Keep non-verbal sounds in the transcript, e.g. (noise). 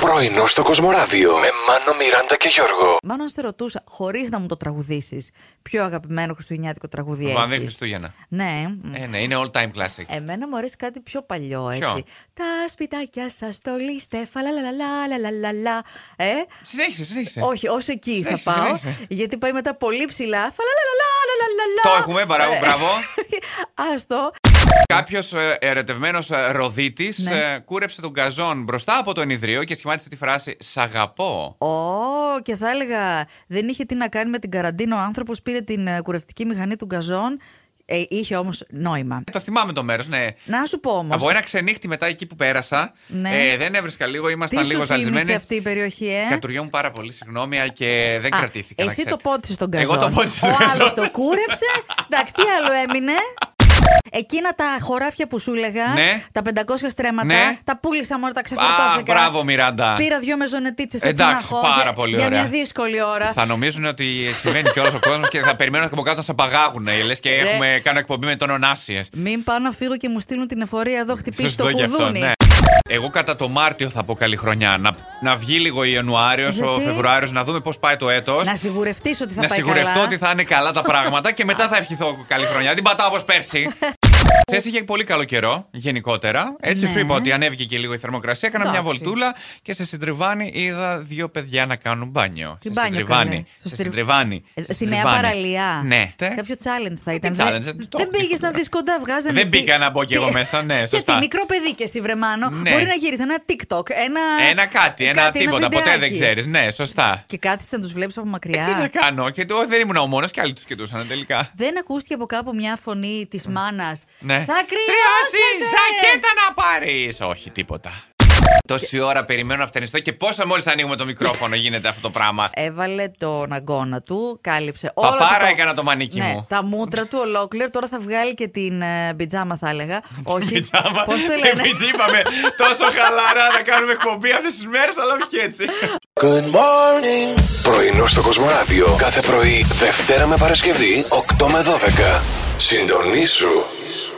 Πρωινό στο Κοσμοράδιο με Μάνο, Μιράντα και Γιώργο. Μάλλον σε ρωτούσα, χωρίς να μου το τραγουδήσεις, ποιο αγαπημένο χριστουγεννιάτικο τραγούδι έχει. Βανδί Χριστούγεννα. Ναι. Ε, ναι, είναι all time classic. Εμένα μου αρέσει κάτι πιο παλιό, έτσι. Ποιο? Τα σπιτάκια σας στολίστε, φαλαλαλαλαλαλαλα. Ε, Συνέχισε, συνέχισε. όχι, ως εκεί θα Συνέχισε, πάω. συνέχισε. Γιατί πάει μετά πολύ ψηλά. Φαλαλαλαλαλαλαλα. Το έχουμε, μπράβο, Ε, (laughs) μπράβο. ε, Άστο. Κάποιος ερετευμένο ροδίτης Ναι. ε, κούρεψε τον καζόν μπροστά από το ενιδρίο και σχημάτισε τη φράση Σ' αγαπώ. Ω, και θα έλεγα, δεν είχε τι να κάνει με την καραντίνα. Ο άνθρωπος πήρε την ε, κουρευτική μηχανή του γκαζόν. Ε, είχε όμως νόημα. Ε, Το θυμάμαι το μέρος, ναι. Να σου πω όμως. Από ένα ξενύχτη μετά εκεί που πέρασα, Ναι. ε, δεν έβρισκα λίγο, ήμασταν Τι λίγο σου θύμισε ζαλισμένοι. αυτή η περιοχή, ε? Κατουριόμουν πάρα πολύ, συγγνώμη, αλλά και δεν Α, κρατήθηκα. να Εσύ το ξέρετε. πότισε τον καζόν. Εγώ το πότισα. Ο τον άλλος καζόν. το κούρεψε. Εντάξει, τι άλλο έμεινε. Εκείνα τα χωράφια που σου έλεγα, Ναι. τα 500 στρέμματα, Ναι. τα πούλησα μόνο, τα ξεφορτώθηκα. Α, μπράβο, Μιράντα. Πήρα δύο μεζονετίτσε έτσι Εντάξει, να έχω πάρα για- πολύ για ωραία. μια δύσκολη ώρα. Θα νομίζουν ότι συμβαίνει και όλος ο κόσμος και θα περιμένουν από κάτω να σε απαγάγουν. Λες και Ναι. έχουμε κάνει εκπομπή με τον Ονάσιε. Μην πάω να φύγω και μου στείλουν την εφορία εδώ, χτυπήσει το Σωστό και κουδούνι. αυτό, ναι. Εγώ κατά το Μάρτιο θα πω καλή χρονιά. Να, να βγει λίγο Ιανουάριος, ο Γιατί? Φεβρουάριος, να δούμε πώς πάει το έτος. Να σιγουρευτείς ότι θα πάει ναι. σιγουρευτώ καλά. ότι θα είναι καλά τα πράγματα και μετά θα ευχηθώ καλή χρονιά. Την πατάω όπως (laughs) πέρσι. Χθες είχε πολύ καλό καιρό γενικότερα. Έτσι Ναι. σου είπα ότι ανέβηκε και λίγο η θερμοκρασία. Έκανα μια Εντάξει. βολτούλα και σε συντριβάνι είδα δύο παιδιά να κάνουν μπάνιο. Τι σε μπάνιο συντριβάνι. κάνανε. Στο Σε στρι- συντριβάνι. Ε, Σε Στη νέα συντριβάνι. παραλία. Ναι. Κάποιο challenge θα ήταν. challenge, δεν το δεν έχω πήγε σκεφτεί. να δεις κοντά, βγάζανε. Δεν πι- μπήκα να μπω κι εγώ πι- (laughs) μέσα, ναι, σωστά. Γιατί μικρό παιδί και εσύ, βρεμάνο. Ναι. Μπορεί να γύρισε ένα TikTok, ένα. Ένα Ε, κάτι, ένα τίποτα. Ποτέ δεν βιντεάκι. ξέρεις. Ναι, σωστά. Και κάθισε να τους βλέπεις από Ε, Τι μακριά. να κάνω, και το, δεν ήμουν ο μόνος και άλλοι τους κοιτούσαν τελικά. δεν ακούστηκε από κάπου μια φωνή της μάνας. Ναι. Θα κρυώσει! ζακέτα να πάρεις! Όχι, τίποτα. Τόση ώρα περιμένω να φτερνιστώ και πόσα μόλις ανοίγουμε το μικρόφωνο γίνεται αυτό το πράγμα. Έβαλε τον αγκώνα του, κάλυψε όλα. Παπάρα του έκανα το μανίκι ναι, μου. Τα μούτρα του ολόκληρο. Τώρα θα βγάλει και την ε, πιτζάμα, θα (laughs) έλεγα. Όχι. Πιτζάμα. Πώς το λένε. Επειδή είπαμε τόσο χαλαρά να κάνουμε εκπομπή αυτές τις μέρες, αλλά όχι έτσι. Πρωινό στο Κοσμοράδιο κάθε πρωί, Δευτέρα με Παρασκευή, 8 με 12. Συντονίσου.